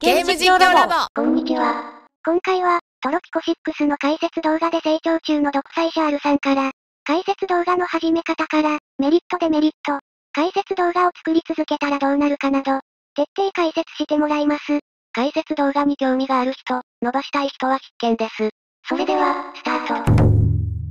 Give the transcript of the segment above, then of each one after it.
ゲーム実況ラボこんにちは。今回は、トロピコ6の解説動画で成長中の独裁者 R さんから、解説動画の始め方から、メリットデメリット、解説動画を作り続けたらどうなるかなど、徹底解説してもらいます。解説動画に興味がある人、伸ばしたい人は必見です。それでは、スタート。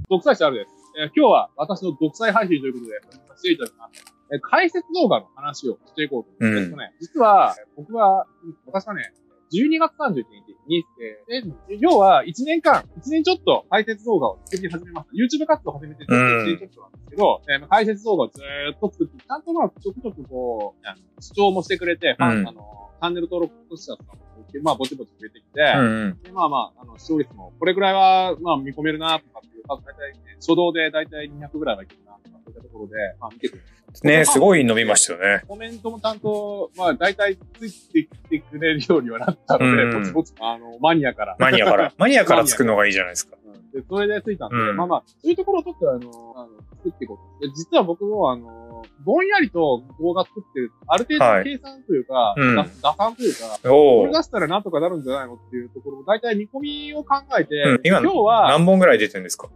独裁者あるです。えー今日は私の独裁配信ということで、させていただきます。えー解説動画の話をしていこうと思うんですけどね、実は、えー僕は、私はね、12月31日に、えーえー要は1年間、1年ちょっと解説動画を作り始めました。YouTube 活動を始めてちょっと1年ちょっとなんですけど、えーまあ解説動画をずーっと作って、ちゃんとまあ、ちょくちょくこう、あの視聴もしてくれて、ファンうんあの、チャンネル登録者とかも、まあ、ぼちぼち増えてきて、うんでまあまあ、あの、視聴率も、これぐらいは、まあ見込めるな、とかっていう数、大体、ね、初動で大体200ぐらいはいけるな、とかそういったところで、まあ見てくれる。ねすごい伸びましたよね。コメントもちゃんと、まあ大体ついてきてくれるようにはなったので、うんぼちぼち、あの、マニアから。マニアから。 マニアからつくのがいいじゃないですか。うん で、それでついたんで、うんまあまあ、そういうところをちょっとあの、あの作っていこうと。で、実は僕もあの、ぼんやりと動画作ってる、ある程度はのい計算というか、うん打打算というか、おこれお出。したらなんとかなるんじゃないのっていうところを、大体見込みを考えて、うん今今日は、何本ぐらい出てるんですか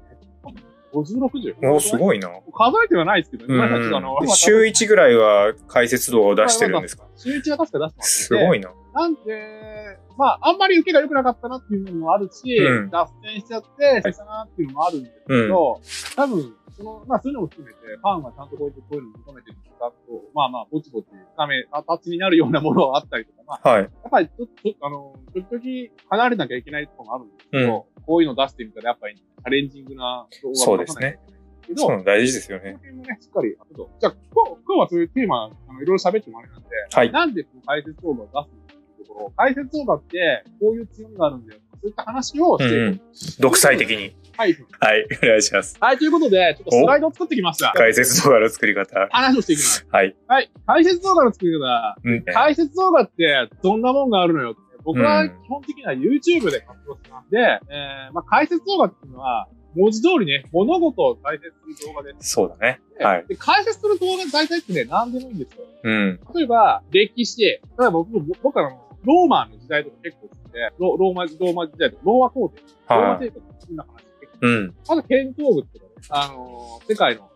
50、60? おお、すい。ごいな。数えてはないですけどね。うなんかちょっとあのん。週1ぐらいは解説動画を出してるんですか週一は確か出してますすごいな。なんで、まあ、あんまり受けが良くなかったなっていうのもあるし、うん脱線しちゃって、消したなっていうのもあるんですけど、多分、その、まあ、そういうのも含めて、ファンがちゃんとこういうこういうのを求めてるんだと、まあまあ、ぼちぼち、ダメ、あタッチになるようなものはあったりとか、まあ、はい。やっぱりちょっと、あの、時々離れなきゃいけないところもあるんですうけん。ど、こういうの出してみたら、やっぱりチャレンジングな動画そをうで出さすなきゃいねけないけどそうな、の大事ですよそのね。辺もね、しっかり、あと、じゃあ、今日今日はそういうテーマ、あの、いろいろ喋ってもあれなんで、はい。なんでこの解説動画を出すのかっていうところ、解説動画って、こういう強みがあるんだよ。そういった話をしていこううんうん独裁的に。はい。はい。お願いします。はい、ということで、ちょっとスライドを作ってきました。解説動画の作り方。話をしていきます。はい。はい。解説動画の作り方。うん。解説動画って、どんなもんがあるのよって。僕うはん基本的には YouTube で活動してたんで、えー、まあ解説動画っていうのは、文字通りね、物事を解説する動画で、そうだね。はい。で解説する動画大体ってね、何でもいいんですよ。うん。例えば、歴史、例えば僕、僕はあのローマの時代とか結構好きで、ロローマ、ローマ時代とか、ローマ皇帝、ローマはい。帝国の好きな話結うん。構。あと、建造物とかね、あのー世界の、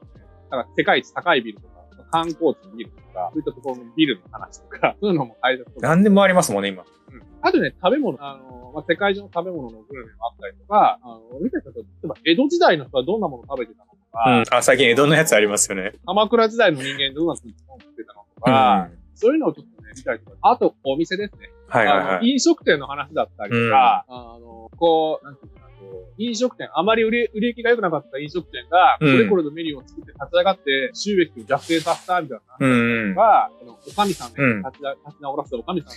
なんか世界一高いビルとか、観光地のビルとか、そういったところのビルの話とか、そういうのも大切とか。何でもありますもんね、今。うんあとね、食べ物、あのーまあ、世界中の食べ物のグルメもあったりとか、あのー見てた人例えば江戸時代の人はどんなものを食べてたのとうか、ん。あ、最近江戸のやつありますよね。鎌倉時代の人間どんなものを食ってたのとうん。かは、そういうのをちょっとね、見たりとか。あと、お店ですね。いはいあのはい。飲食店の話だったりとか、あの、こう、なんていうかな、こう、飲食店、あまり売り、売り行きが良くなかった飲食店が、そうんれこれのメニューを作って立ち上がって、収益を逆転させたみたいなう話んとうん。か、あのおかみさんね、うん立ちな立ち直らせたおかみさんの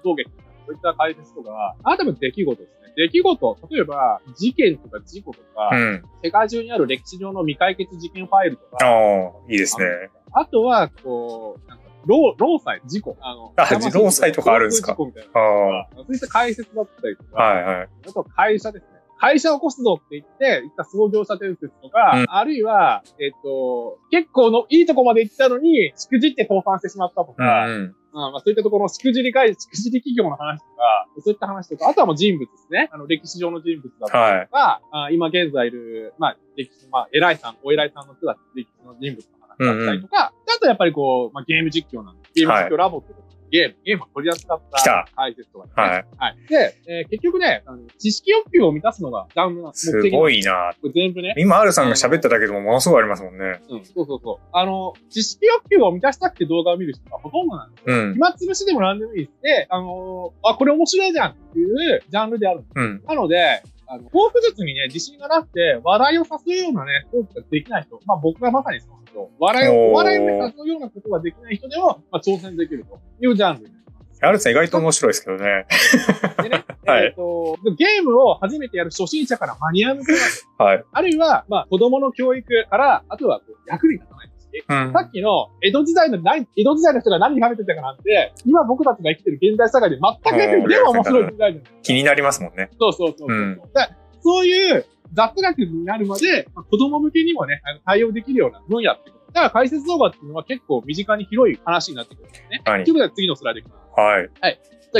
奮闘劇とか、そういった解説とか、あとは出来事ですね。出来事、例えば、事件とか事故とか、うん。世界中にある歴史上の未解決事件ファイルとあか、あ、いいですね。あとは、こう、なんか、労、労災、事故。あの、あ労災とかあるんですか交通事故みたいな。ああ。そういった解説だったりとか、はいはい。あと会社ですね。会社を起こすぞって言って、いった創業者伝説とか、うんあるいは、えっ、と、結構のいいとこまで行ったのに、しくじって倒産してしまったとうか、うんん。まあ、そういったところのしくじり会、しくじり企業の話とか、そういった話とか、あとはもう人物ですね。あの、歴史上の人物だったりとか、あ今現在いる、まあ、歴史、まあ、偉いさん、お偉いさんの人だったり、歴史の人物の話だったりとか、であとやっぱりこう、まあ、ゲーム実況なんで、ゲーム実況ラボってことで、ゲーム、ゲームを取り扱っ来たた解説とかね、はい。はい。で、えー結局ね、あの知識欲求を満たすのがダウンの目的すごい。いなこれ全部ね。今、R さんが喋っただけでもものすごいありますもんね。うん、そうそうそう。あの、知識欲求を満たしたくて動画を見る人がほとんどなんです。うん。暇つぶしでも何でもいいです。で、あのーあ、これ面白いじゃんっていうジャンルであるんです。うん。なので、あの、幸福術にね、自信がなくて、笑いを誘うようなね、トークができない人。まあ僕がまさにそうなんですけど、笑いを、おー笑いをね誘うようなことができない人でも、まあ挑戦できるというジャンルになります。 R さん意外と面白いですけどね。でね、 はいえっ、と、ゲームを初めてやる初心者からマニア向けなんですよはい。あるいは、まあ、子供の教育から、あとはこう役に立たないですね。うんさ。っきの江戸時代の何、江戸時代の人が何に食べてたかなんて、今僕たちが生きてる現代社会で全く役にでも面白い時代じゃない気になりますもんね。そうそうそうそう。うんだからそういう雑学になるまで、まあ子供向けにもね、あの対応できるような分野ってこと。だから解説動画っていうのは結構身近に広い話になってくるんですね。はいということで次のスライドいきます。はい。じゃあ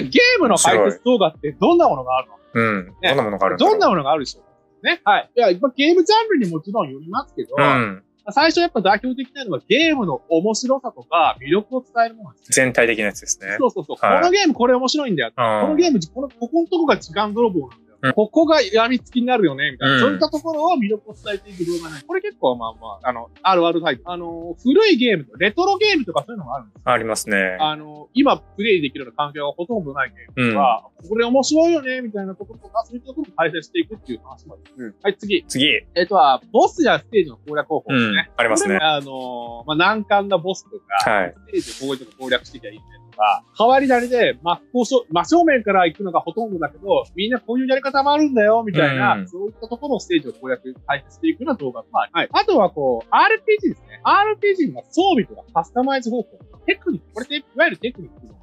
ゲームの解説動画ってどんなものがあるのうん。ねどんなものがあるんだろうどんなものがあるでしょうかね。はい。いや、まあゲームジャンルにもちろんよりますけど、うん。最初やっぱ代表的なのはゲームの面白さとか魅力を伝えるものなんです全体的なやつですね。ね。そうそうそう。はいこのゲームこれ面白いんだよ。こののゲーム、この、ここのとこが時間泥棒なんだよ。うんここがやみつきになるよね、みたいな。うんそういったところを魅力を伝えていく動画ね。これ結構まあまあ、あの、あるあるタイプ。あの、古いゲームとレトロゲームとかそういうのもあるんですよ。ありますね。あの、今プレイできるような環境がほとんどないゲーム。うん。は、これ面白いよね、みたいなところとか、そういったところを解説していくっていう話もあります。うんはい、次。次。えっ、とは、ボスやステージの攻略方法でうすんね。。ありますねこれ。もあのーまあ、難関なボスとか、はい。ステージをこういうとこ攻略していきゃいいねとか、変わり種で真っ向正、真正面から行くのがほとんどだけど、みんなこういうやり方もあるんだよ、みたいな、うんそういったところをステージを攻略、解説していくような動画もあります。はい。あとはこう、RPG ですね。RPG の装備とかカスタマイズ方法、テクニック、これっていわゆるテクニックの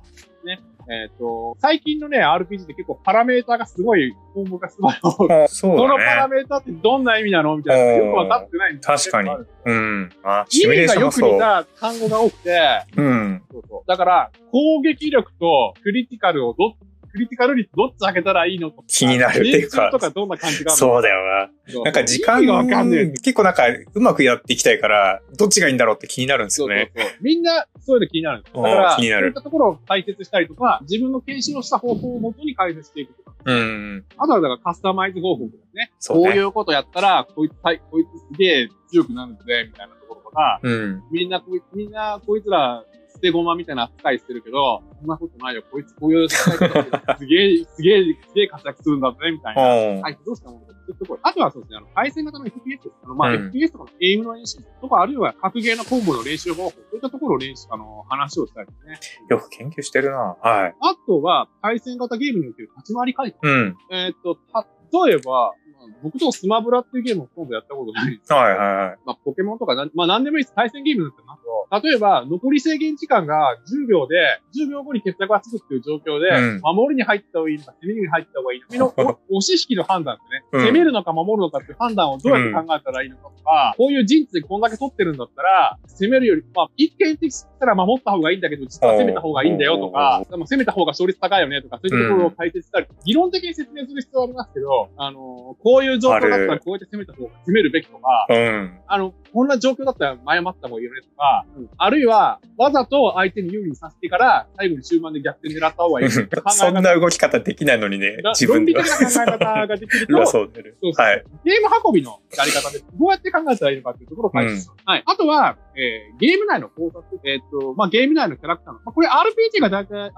えっ、と、最近のね、RPG って結構パラメーターがすごい、項目がすごい多い。あそうこのパだラね。メーターってどんな意味なのみたいな。よくわかってないんだよね確かに結構あるうん。あ、意シミュレ味がーションよもくそ似う。た単語が多くて、うん。そうそう。だから、攻撃力とクリティカルをど、クリティカル率どっち上げたらいいのとか。気になるっていうか練習とかどんな感じがあるのそうだよそな。うなんか時意間味がわかんねえんだよ。結構なんか、うまくやっていきたいから、どっちがいいんだろうって気になるんですそうそようね。そう。みんな、そういうの気になるんですよ。だかうら、ん気になるそういったところを解説したりとか、自分の検証した方法をもとに解説していくとか。うん。あとは、だからカスタマイズ方法とかね。そうこういね。うことやったら、こいつ、はいこいつすげえ強くなるんで、みたいなところとか、うん。みんなこい、みんな、こいつら、捨て駒みたいな扱いしてるけど、そんなことないよ。こいつ、こういう扱いしてるけどすげえ、すげえ、すげえ活躍するんだぜ、みたいな。うんはい、どうしたものかずっとこれあとはそうですね、あの、対戦型の FPS です。あの、まあ、うん FPS とかのゲームの練習とか、あるいは格ゲーのコンボの練習方法、そういったところを練習、あの、話をしたりですね。よく研究してるな。はい。あとは、対戦型ゲームにおける立ち回り解説。うん。えーっと、例えば、まあ僕とスマブラっていうゲームを今度やったことないんですけどはいはいはい。まあ、ポケモンとかなん、まあ、何でもいいです。対戦ゲームなんですよな例えば、残り制限時間が10秒で、10秒後に決着がつくっていう状況で、うん守りに入った方がいいのか、攻めに入った方がいいのか、身の お押し引きの判断ですね、うん攻めるのか守るのかっていう判断をどうやって考えたらいいのかとか、こういう陣地でこんだけ取ってるんだったら、攻めるより、まあ、一見的したら守った方がいいんだけど、実は攻めた方がいいんだよとか、でも攻めた方が勝率高いよねとか、そういうところを解説したり、理論的に説明する必要はありますけど、あのーこういう状況だったあらるこうやって攻めた方が攻めるべきとか、うん。あの、こんな状況だったら前待った方がいいよねとか、あるいは、わざと相手に有利にさせてから、最後に終盤で逆転狙った方がいいよねって考えそん方。な動き方できないのにねだ、自論分理で的な考え方がで きると、そうだよねそうそうはい。ゲーム運びのやり方です。どうやって考えたらいいのかっていうところを解説する。はい。あとは、えー、ゲーム内の考察。えーっ、と、まあ、ゲーム内のキャラクターの。まあ、これ RPG が大体、RPG の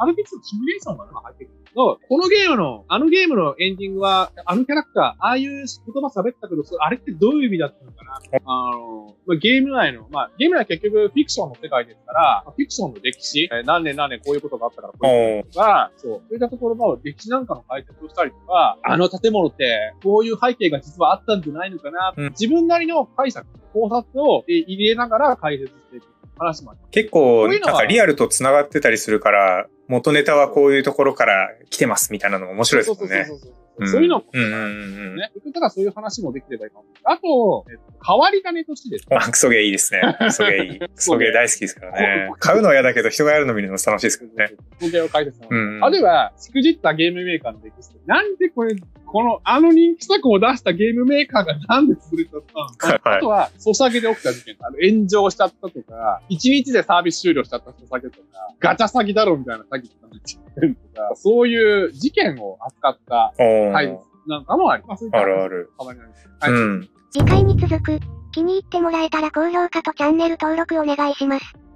シミュレーションが今入ってくるんですけど、このゲームの、あのゲームのエンディングは、あのキャラクター、ああいう言葉喋ったけど、それあれってどういう意味だったのかなあの、まあ、ゲーム内の、まあ、ゲーム内は結局フィクションの世界ですから、まあフィクションの歴史、えー何年何年こういうことがあったから、こういうことおとーか、そう、そういったところの歴史なんかの解説をしたりとか、あの建物って、こういう背景が実はあったんじゃないのかな、うん自分なりの解釈、考察をえー入れながら解説していく話もあります。結構、こういうのはなんかリアルと繋がってたりするから、元ネタはこういうところから来てますみたいなのも面白いですもんねそ。うそうそうそうそう、んそういうのも、うんうんうん。ね。だからそういう話もできればいいかも。あと、えっと変わり種としてですね。まあ、クソゲーいいですね。クソゲーい い。クソゲー大好きですからね。買うのは嫌だけど、人がやるの見るの楽しいですからね。文献を解説なのうんうん。あるいは、しくじったゲームメーカーの歴史って、なんでこれ、この、あの人気作を出したゲームメーカーがなんで潰れちゃったのか。あはいと。は、ソシャゲで起きた事件。あの、炎上しちゃったとか、一日でサービス終了しちゃったソシャゲとか、ガチャ詐欺だろみたいな詐欺とかの事件とか、そういう事件を扱ったお解ー説なんかもあります。あるある。変わりないです。うはいん。次回に続く。気に入ってもらえたら高評価とチャンネル登録お願いします。